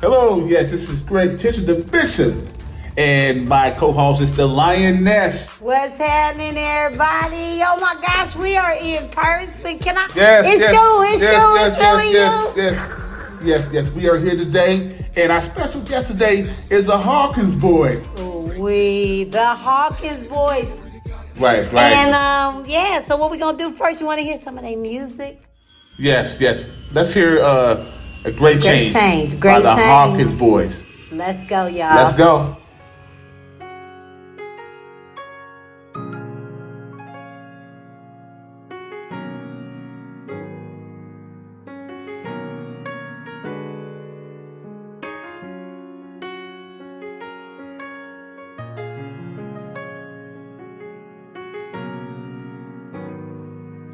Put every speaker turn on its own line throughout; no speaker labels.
Hello, yes, this is Greg Tisha, the Bishop, and my co-host is the Lioness.
What's happening, everybody? Oh my gosh, we are in person. Can I?
Yes,
it's
yes,
you.
yes,
It's you.
yes,
it's really
yes,
you.
Yes, yes, yes, yes. We are here today, and our special guest today is a Hawkins boy.
We the Hawkins boys.
Right, right.
And um, yeah. So what we gonna do first? You wanna hear some of their music?
yes, yes. Let's hear uh, a great, change.
Change,
by
Great
the
Change.
Hawkins boys.
Let's go, y'all.
Let's go.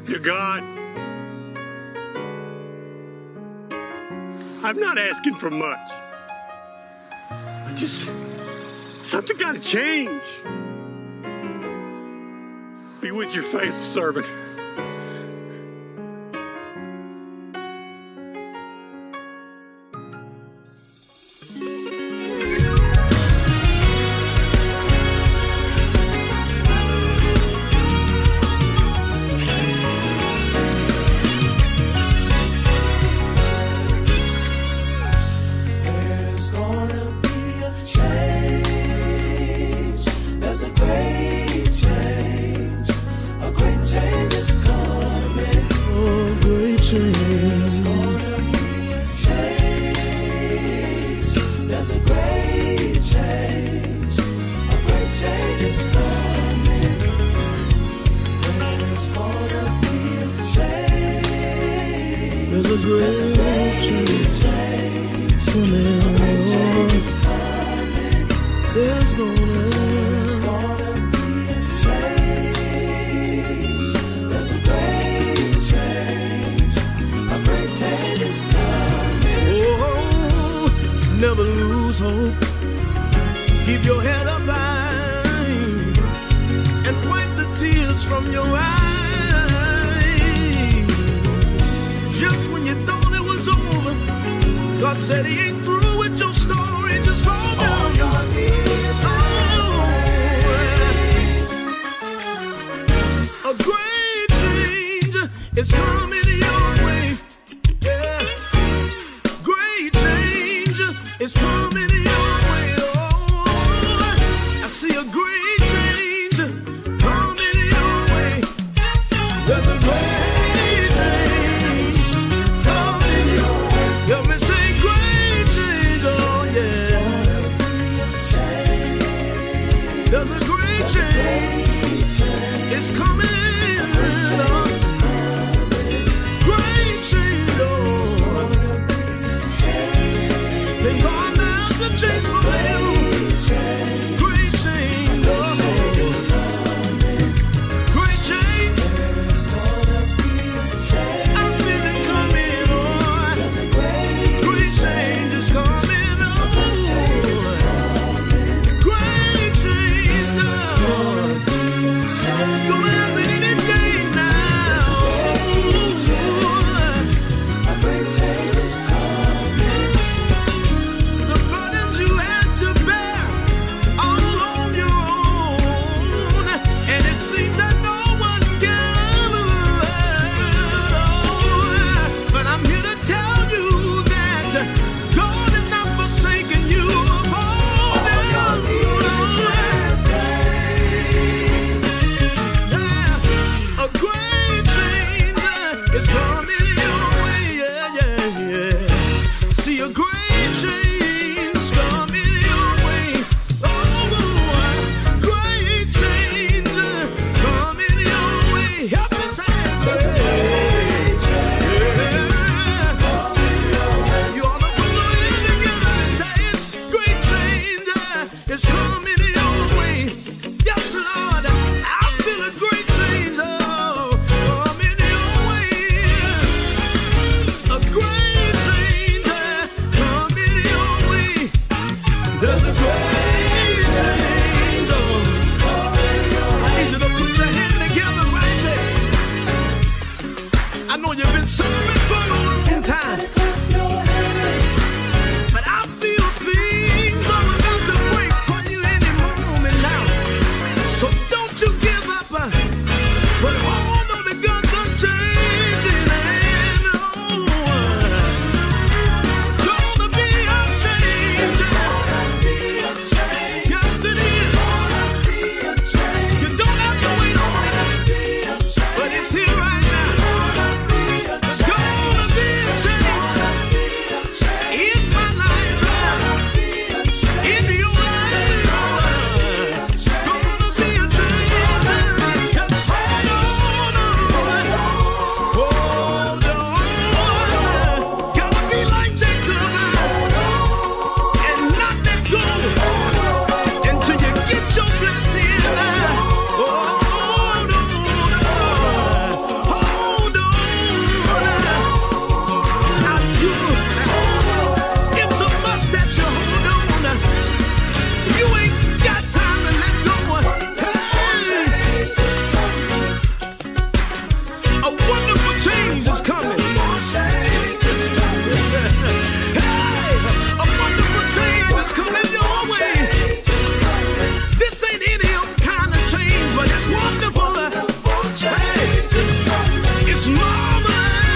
You're God. I'm not asking for much. I just. Something gotta change. Be with your faithful servant.
There's gonna be a change. There's a great change. A great change is coming. Oh, great change. There's gonna be a change. There's a great change. A great change is coming. There's gonna be a change. There's a great change. There's gonna be a change. There's a great change. A great change is coming. Oh, never lose hope. Keep your head up high and wipe the tears from your eyes. Just when you thought it was over. God said he ain't through with your story. Just fall down on your knees. Oh, A great change is coming your way. Yeah. Great change is coming your way. Oh, I see a great change coming your way. There's a great change. oh, Coming your way. Help me say great change. Oh, uh,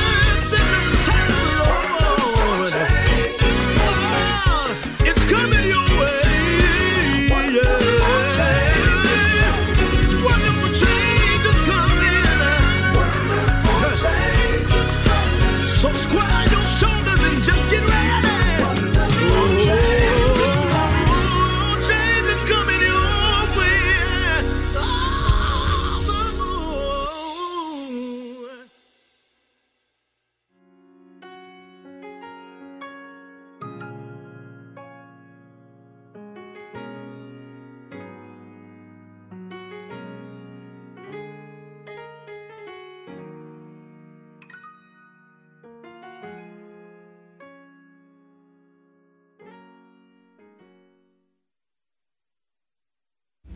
Ah,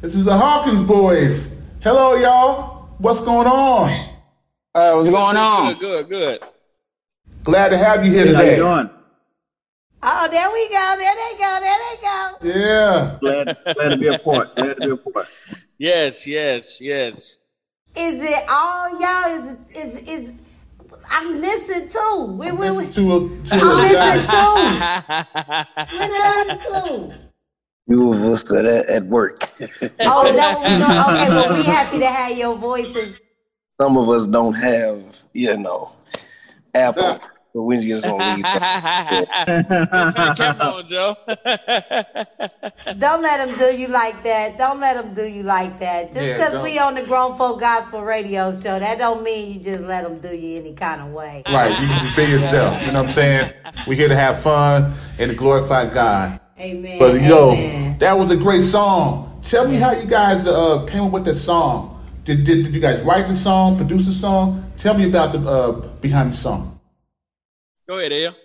This is the Hawkins boys. Hello, y'all. What's going on?
Uh, what's going on?
Good, good, good.
Glad to have you here today.
Oh, there we go. There they go. There they go.
Yeah.
Glad, glad to be a part. Glad to be a part.
Yes, yes, yes.
Is it all y'all? Is it, is is? I'm listening too. We we we.
Listen to a, to
I'm
a guy.
listening too. We listening too.
You will us at, at work.
Oh, is that what we doing? Okay, well, we happy to have your voices.
Some of us don't have, you know, Apple, but we just gonna leave that.
Turn the camera on, Joe.
Don't let them do you like that. Don't let them do you like that. Just
Yeah,
because
don't.
we on the Grown Folk Gospel Radio Show, that don't mean you just let them do you any kind of way.
Right. You can be yourself. You know what I'm saying? We're here to have fun and to glorify God.
Amen.
But yo,
Amen.
that was a great song. Tell me how you guys uh, came up with that song. Did, did, did you guys write the song, produce the song? Tell me about the uh, behind the song.
Go ahead, Al.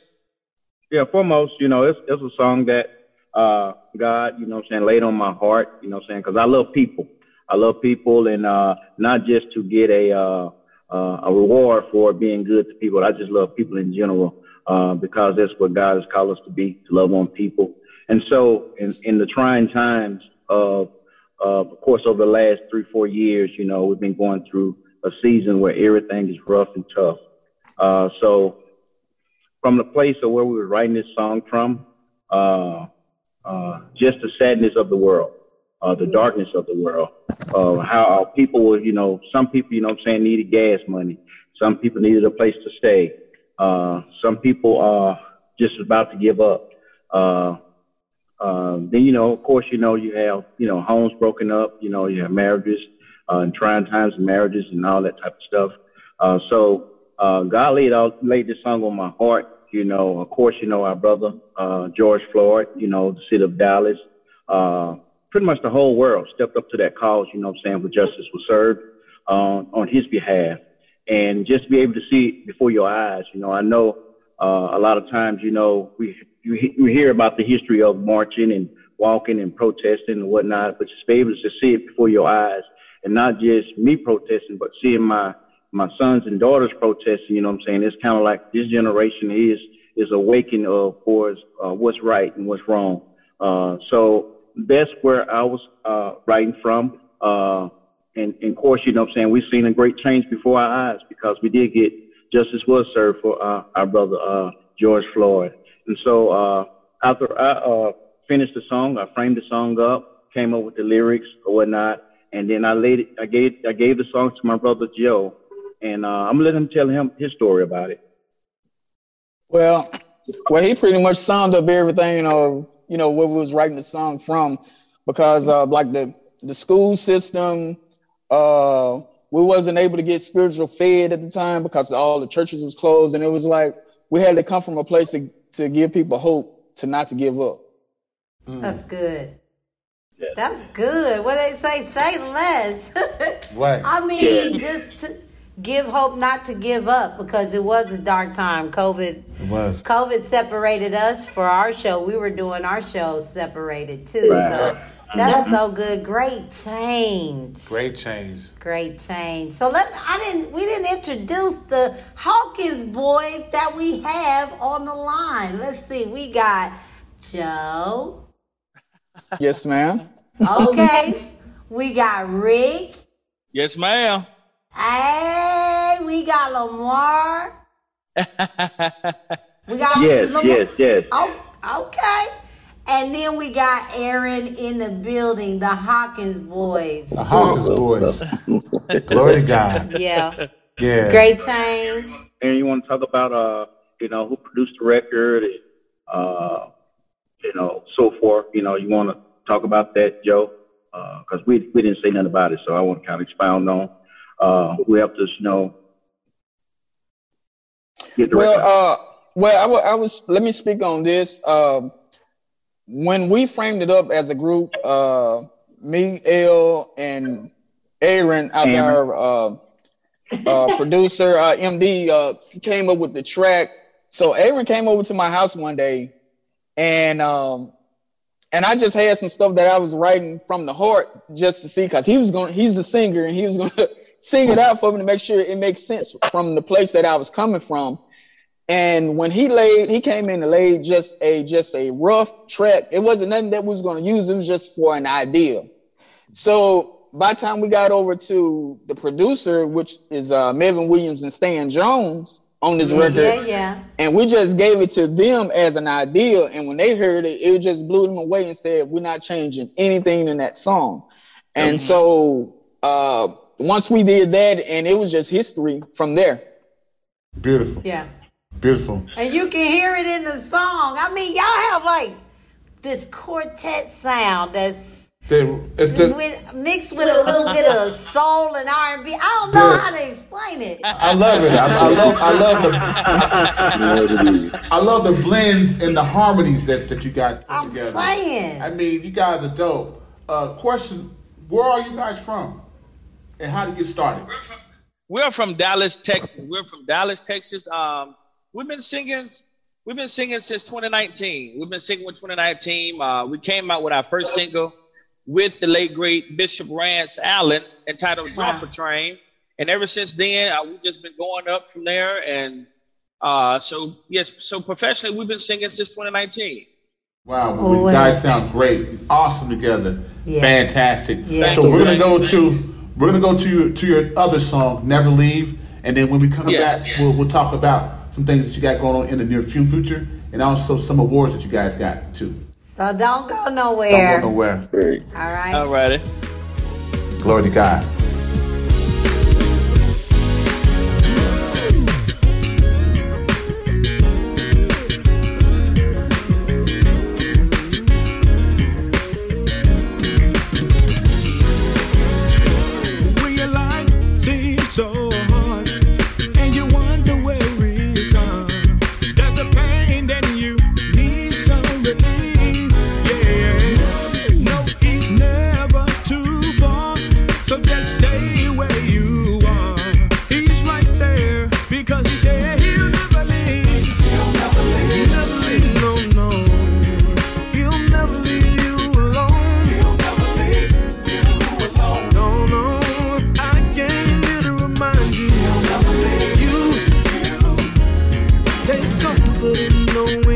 Yeah, foremost, you know, it's, it's a song that uh, God, you know what I'm saying, laid on my heart, you know what I'm saying, because I love people. I love people and uh, not just to get a, uh, uh, a reward for being good to people. I just love people in general uh, because that's what God has called us to be, to love on people. And so in, in the trying times of, of, of course, over the last three, four years, you know, we've been going through a season where everything is rough and tough. Uh, so from the place of where we were writing this song from, uh, uh, just the sadness of the world, uh, the darkness of the world, uh, how our people were, you know, some people, you know what I'm saying, needed gas money. Some people needed a place to stay. Uh, some people are just about to give up. Uh, uh, then, you know, of course, you know, you have, you know, homes broken up, you know, you have marriages, uh, and trying times in marriages and all that type of stuff. Uh, so, uh, God laid out, laid this song on my heart. You know, of course, you know, our brother, uh, George Floyd, you know, the city of Dallas, uh, pretty much the whole world stepped up to that cause, you know what I'm saying, where justice was served, um, on his behalf. And just be able to see it before your eyes. You know, I know, uh, a lot of times, you know, we, you, he- you hear about the history of marching and walking and protesting and whatnot, but just be able to see it before your eyes and not just me protesting, but seeing my, my sons and daughters protesting, you know what I'm saying? It's kind of like this generation is, is awakened of for uh, what's right and what's wrong. Uh, so that's where I was, uh, writing from. Uh, and, and of course, you know what I'm saying? We've seen a great change before our eyes because we did get justice was served for uh, our brother, uh, George Floyd. And so, uh, after I, uh, finished the song, I framed the song up, came up with the lyrics or whatnot. And then I laid it, I gave, I gave the song to my brother Joe and, uh, I'm gonna let him tell him his story about it.
Well, well, he pretty much summed up everything of you know where we was writing the song from, because uh, like the the school system, uh, we wasn't able to get spiritual fed at the time because all the churches was closed, and it was like we had to come from a place to to give people hope to not to give up.
Mm.
That's good. That's good. What they say, say less.
Right.
I mean, just to give hope not to give up because it was a dark time. COVID
It was.
COVID separated us for our show. We were doing our show separated too. So that's so good. Great change.
Great change.
Great change. So let I didn't we didn't introduce the Hawkins boys that we have on the line. Let's see. We got Joe.
Yes, ma'am.
Okay. we got Rick.
Yes, ma'am.
Hey, we got Lamar. We got
Yes,
Lamar.
yes, yes.
Oh, okay. And then we got Aaron in the building, the Hawkins boys.
The Hawkins boys. Glory to God.
Yeah.
Yeah.
Great change.
And you want to talk about, uh, you know, who produced the record and, uh, you know, so forth. You know, you want to talk about that, Joe? Because we, we didn't say nothing about it, so I want to kind of expound on uh, who helped us, you know, get the record.
Well, uh, well, I wa- I was. Let me speak on this. Um, when we framed it up as a group, uh, me, El, and Aaron, out
Aaron.
there, uh,
Mm-hmm.
uh, producer, uh, MD, uh, came up with the track. So Aaron came over to my house one day, and um, and I just had some stuff that I was writing from the heart just to see because he was going he's the singer and he was gonna sing it out for me to make sure it makes sense from the place that I was coming from. And when he laid, he came in and laid just a just a rough track. It wasn't nothing that we was gonna use, it was just for an idea. So by the time we got over to the producer, which is uh, Mevin Williams and Stan Jones on this record,
Mm-hmm. Yeah, yeah.
and we just gave it to them as an idea. And when they heard it, it just blew them away and said, "We're not changing anything in that song." And so uh, once we did that, and it was just history from there.
Beautiful.
Yeah.
Beautiful.
And you can hear it in the song. I mean, y'all have like this quartet sound that's
They, it's the,
with, mixed with a little bit of soul and R and B. I don't know
Yeah.
how to explain it.
I love it. I, I love. I love the.
You know what it is.
I love the blends and the harmonies that, that you guys put
I'm
together.
playing.
I mean, you guys are dope. Uh, question: Where are you guys from, and how did you get started?
We're from Dallas, Texas. We're from Dallas, Texas. Um, we've been singing. We've been singing since 2019. We've been singing with 2019. Uh, we came out with our first single with the late great Bishop Rance Allen, entitled "Drop for Train." And ever since then, uh, we've just been going up from there. And uh, so, yes, so professionally, we've been singing since 2019.
Wow,
Oh,
you
wow.
guys sound great, awesome together,
Yeah.
fantastic.
Yeah.
So we're gonna
Thank you.
go to we're gonna go to your, to your other song, "Never Leave," and then when we come
Yes,
back,
yes.
We'll, we'll talk about some things that you got going on in the near fu- future, and also some awards that you guys got too.
So don't go
Don't
nowhere.
go nowhere.
All right.
All righty.
Glory to God.
When your life seems so hard and you wonder where it's gone, there's a pain that you need some relief. Yeah, no, it's never too far, so just Oh,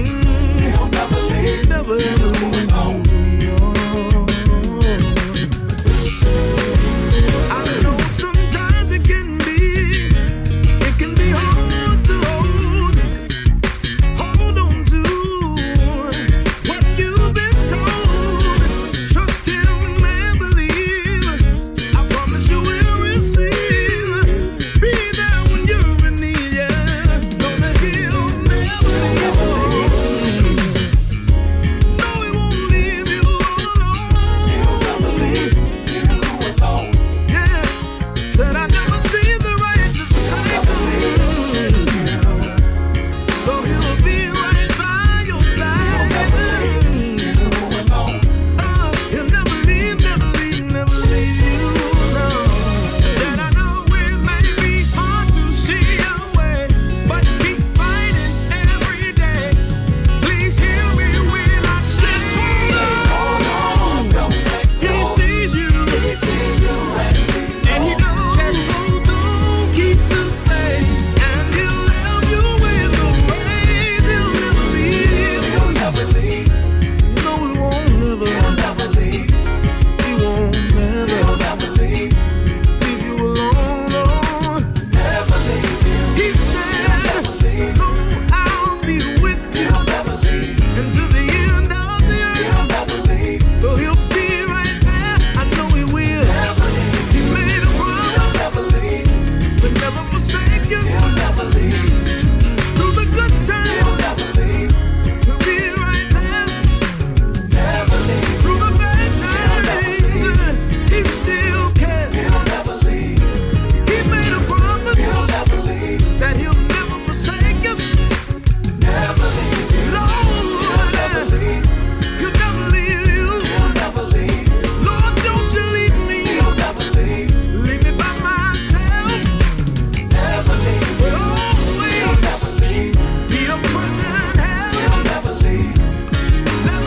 Oh,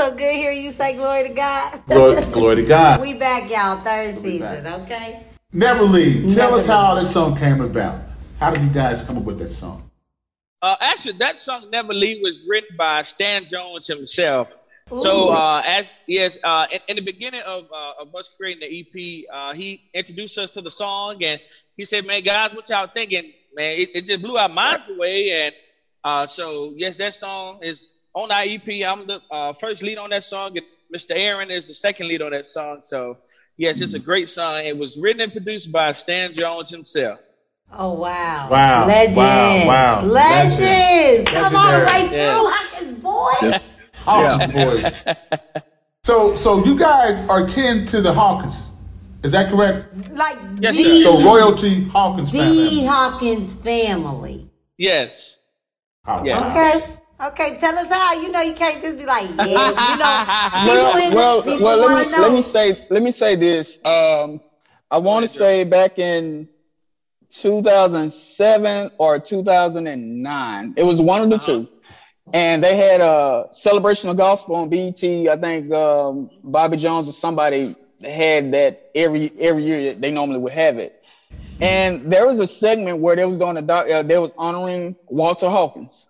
Oh,
good hear you say glory to God.
Glory, glory to God.
we back, y'all, third
We back.
season, okay?
Never leave. Tell
Never
us how that song came about. How did you guys come up with that song?
Uh, actually, that song "Never Leave" was written by Stan Jones himself. So, uh, as yes, uh, in, in the beginning of, uh, of us creating the EP, uh, he introduced us to the song, and he said, "Man, guys, what y'all thinking? Man, it, it just blew our minds away." And uh, so, yes, that song is on our EP. I'm the uh, first lead on that song, and Mr. Aaron is the second lead on that song. So, yes, it's a great song. It was written and produced by Stan Jones himself.
Oh wow!
Wow,
Legend!
wow, wow.
Legend! Come all the way
Legendary.
Yeah.
through, Hawkins boys.
Hawkins boys. So, so you guys are kin to the Hawkins. Is that correct?
Like
Yes,
the,
So royalty Hawkins
the
family.
Hawkins family.
Yes.
Oh,
Yes.
wow.
Okay. Okay, tell us how. You know, you can't just be like, yes, you know. people
well,
in-
well,
people
well let me
wanna know.
let me say let me say this. Um, I want to say back in 2007 or 2009, it was one of the
Uh-huh.
two, and they had a celebration of gospel on BET. I think um, Bobby Jones or somebody had that every every year. They normally would have it, and there was a segment where they was doing a doc, uh, they was honoring Walter Hawkins.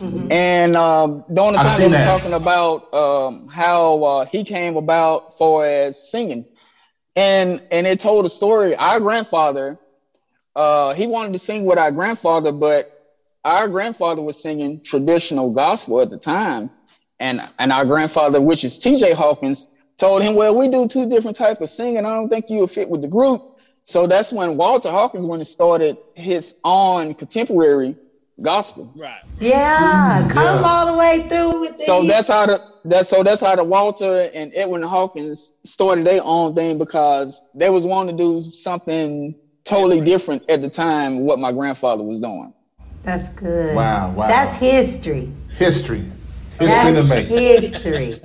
And um, during the
I've
time
seen
they were
that.
talking about um, how uh, he came about for as singing, and and it told a story. Our grandfather, uh, he wanted to sing with our grandfather, but our grandfather was singing traditional gospel at the time, and and our grandfather, which is T.J. Hawkins, told him, "Well, we do two different type of singing. I don't think you'll fit with the group." So that's when Walter Hawkins when he started his own contemporary gospel.
Right.
Yeah, come
yeah.
all the way through with this.
So that's how the that so that's how the Walter and Edwin Hawkins started their own thing because they was wanting to do something totally different at the time what my grandfather was doing.
That's good.
Wow, wow.
That's history.
History. History to
That's
make.
history.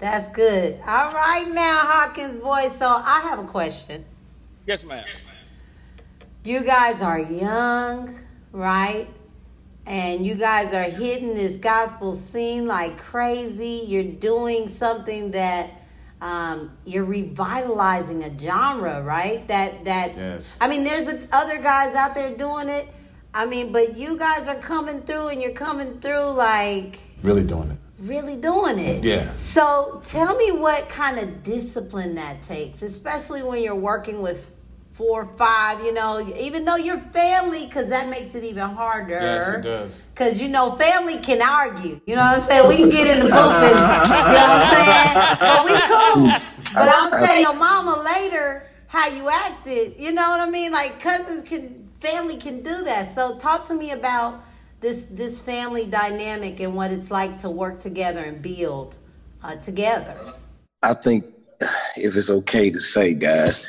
That's good. All right now, Hawkins boys. So I have a question.
Yes, ma'am.
You guys are young, right? And you guys are hitting this gospel scene like crazy. You're doing something that um, you're revitalizing a genre, right? That that
Yes.
I mean, there's a- other guys out there doing it. I mean, but you guys are coming through, and you're coming through like
Really doing it.
really doing it.
Yeah.
So tell me what kind of discipline that takes, especially when you're working with four or five, you know, even though you're family, because that makes it even harder.
Yes, it does.
Because, you know, family can argue. You know what I'm saying? We can get in the booth and, you know what I'm saying? But we cool. But I'll tell your mama later how you acted. You know what I mean? Like, cousins can, family can do that. So talk to me about this this family dynamic and what it's like to work together and build uh, together.
I think if it's okay to say, guys.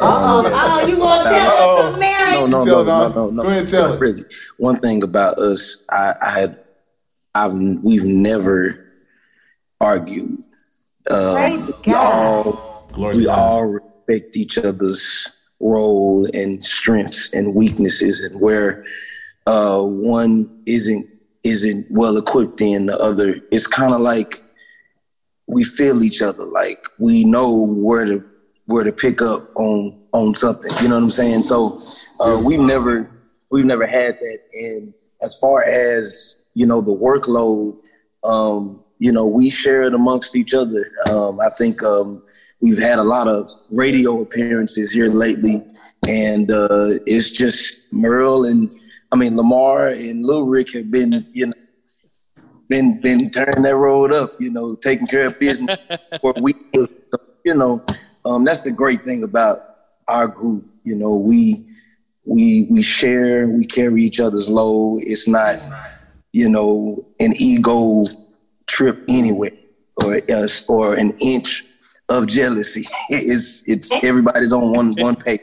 Oh, oh, you gonna tell us the
No,
marriage?
Tell
no, no,
it,
no,
dog.
no, no.
Go ahead, tell it.
Really, one thing about us, I, I had, I've, we've never argued.
Praise
Um, we
God.
all,
Glory
we
to God.
all respect each other's role and strengths and weaknesses, and where uh, one isn't isn't well equipped in the other. It's kind of like we feel each other. Like we know where to where to pick up on on something. You know what I'm saying? So uh, we've never we've never had that. And as far as you know, the workload, um, you know, we share it amongst each other. Um, I think um, we've had a lot of radio appearances here lately, and uh, it's just Merle and I mean Lamar and Lil Rick have been you know been been turning that road up, you know, taking care of business for we you know, um, that's the great thing about our group. You know, we we we share, we carry each other's load. It's not, you know, an ego trip anyway, or us or an inch of jealousy. it's it's everybody's on one one page.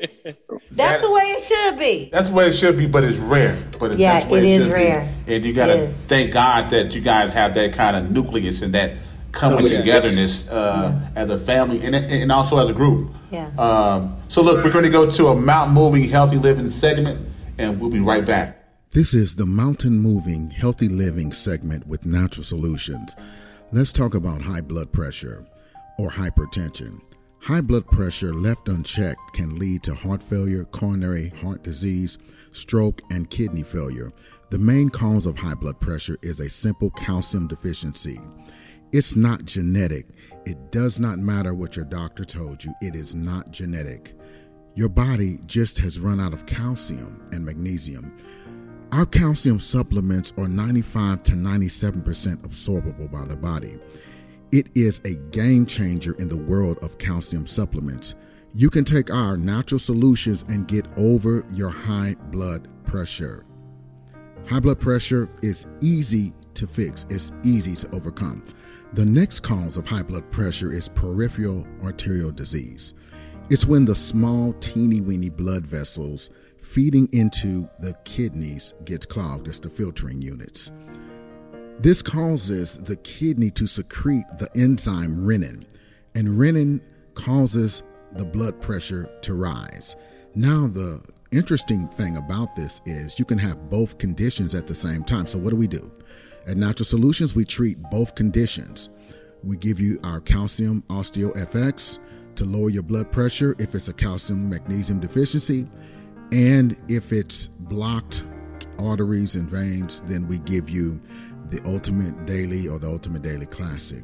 That's the way it should be.
That's where it should be, but it's rare. But it's,
Yeah,
that's where
it is
should
rare.
Be. And you gotta
It is.
thank God that you guys have that kind of nucleus and that coming togetherness uh, as a family and and also as a group.
Yeah.
Um, so look, we're going to go to a Mount Moving Healthy Living segment, and we'll be right back.
This is the Mountain Moving Healthy Living segment with Natural Solutions. Let's talk about high blood pressure or hypertension. High blood pressure left unchecked can lead to heart failure, coronary heart disease, stroke, and kidney failure. The main cause of high blood pressure is a simple calcium deficiency. It's not genetic. It does not matter what your doctor told you, it is not genetic. Your body just has run out of calcium and magnesium. Our calcium supplements are 95 to 97% absorbable by the body. It is a game changer in the world of calcium supplements. You can take our natural solutions and get over your high blood pressure. High blood pressure is easy to fix, it's easy to overcome. The next cause of high blood pressure is peripheral arterial disease. It's when the small, teeny weeny blood vessels feeding into the kidneys gets clogged, it's the filtering units. This causes the kidney to secrete the enzyme renin, and renin causes the blood pressure to rise. Now, the interesting thing about this is you can have both conditions at the same time. So, what do we do? At Natural Solutions, we treat both conditions. We give you our calcium osteo FX to lower your blood pressure if it's a calcium magnesium deficiency, and if it's blocked arteries and veins, then we give you the Ultimate Daily or the Ultimate Daily Classic.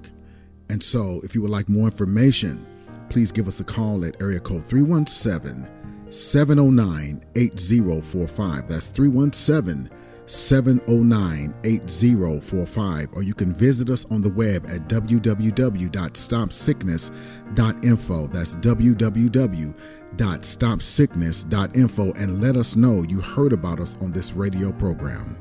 And so, if you would like more information, please give us a call at area code 317 709 8045. That's 317 709 8045. Or you can visit us on the web at www.stopsickness.info. That's www.stopsickness.info and let us know you heard about us on this radio program.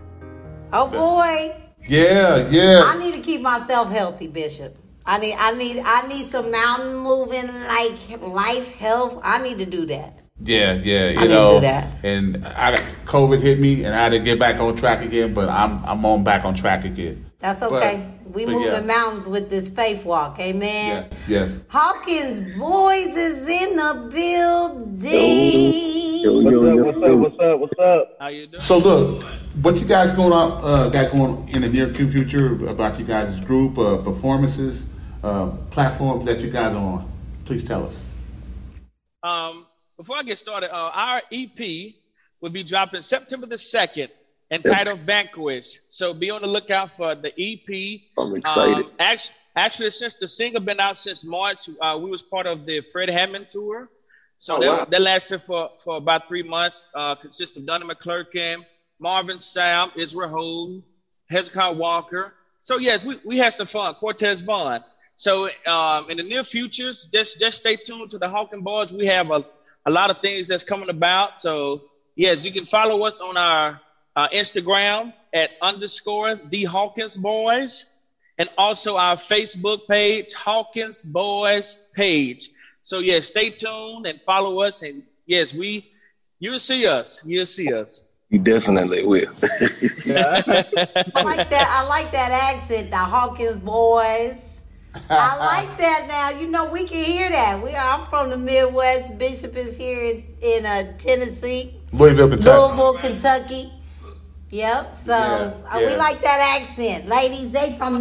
Oh boy.
Yeah, yeah.
I need to keep myself healthy, Bishop. I need I need I need some mountain moving like life health. I need to do that.
Yeah, yeah, you
I didn't
know,
do that.
and I COVID hit me, and I didn't get back on track again. But I'm I'm on back on track again.
That's okay. we
but
moving
yeah.
mountains with this faith walk. Amen.
Yeah, yeah.
Hawkins boys is in the
Yo,
building.
yo, yo,
What's up?
yo.
What's up? What's up?
How you doing?
So look, what you guys going on uh, got going in the near fu- future about you guys' group uh, performances, uh, platforms that you guys are on? Please tell us.
Um, before I get started, uh, our
E
EP will be dropping September the 2nd, entitled Vanquish. So be on the lookout for the
E
EP.
I'm excited.
Um, act- actually, since the single been out since March, uh, we was part of the Fred Hammond tour.
Oh,
So that, that lasted for, for about three months. Uh, consists of Donnie McClurkin, Marvin Sam, Israel Hole, Hezekiah Walker. So yes, we, we had some fun. Cortez Vaughn. So um, in the near future, just just stay tuned to the Hawking Boys. We have a, a lot of things that's coming about. So yes, you can follow us on our uh, Instagram at underscore the Hawkins Boys and also our Facebook page, Hawkins Boys page. So yeah, stay tuned and follow us. And yes, we you'll see us. You'll see us.
You definitely will.
I like that. I like that accent, the Hawkins boys. I like that now. You know, we can hear that. We are, I'm from the Midwest. Bishop is here in, in uh, Tennessee,
Louisville, Kentucky.
Louisville, Kentucky. Yep. So
Yeah,
uh, we
yeah.
like that accent, ladies. They from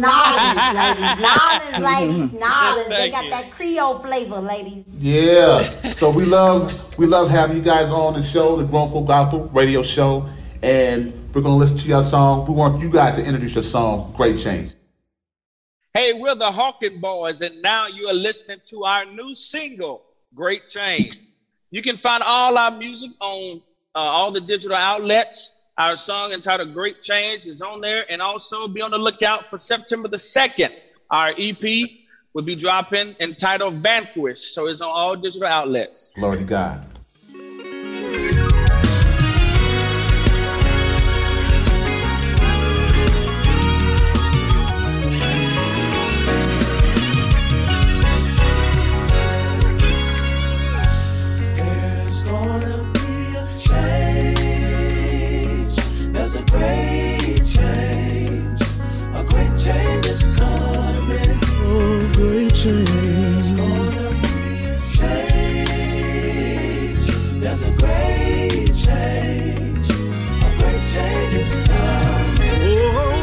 Nolens, ladies. Nolens, ladies. Nolens. They
Thank
got
you.
that Creole flavor, ladies.
Yeah. So we love we love having you guys on the show, the Grown Folk Gospel Radio Show, and we're gonna listen to your song. We want you guys to introduce your song, Great Change.
Hey, we're the Hawking Boys, and now you are listening to our new single, Great Change. You can find all our music on uh, all the digital outlets. Our song entitled Great Change is on there, and also be on the lookout for September the 2nd. Our EP will be dropping entitled Vanquish, so it's on all digital outlets.
Glory to God.
There's gonna be a change. There's a great change. A great change is coming. Oh, great change. There's gonna be a change. There's a great change. A great change is coming. Oh,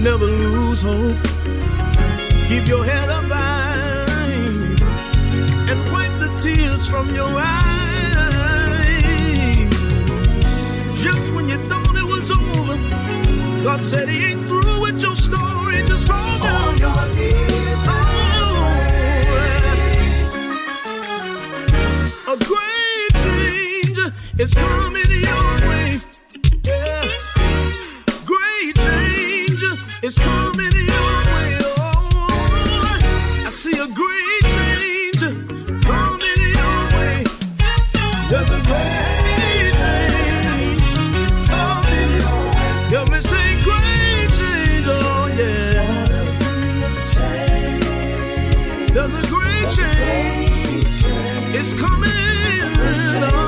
never lose hope. from your eyes. Just when you thought it was over, God said He ain't through with your story. Just fall down. your knees. Oh, A great change is coming your way. Yeah. Great change is coming your way. Oh, I see a great change coming your way. There's a great change coming your way. Help me say great change. Oh, yeah. There's a great change. It's coming.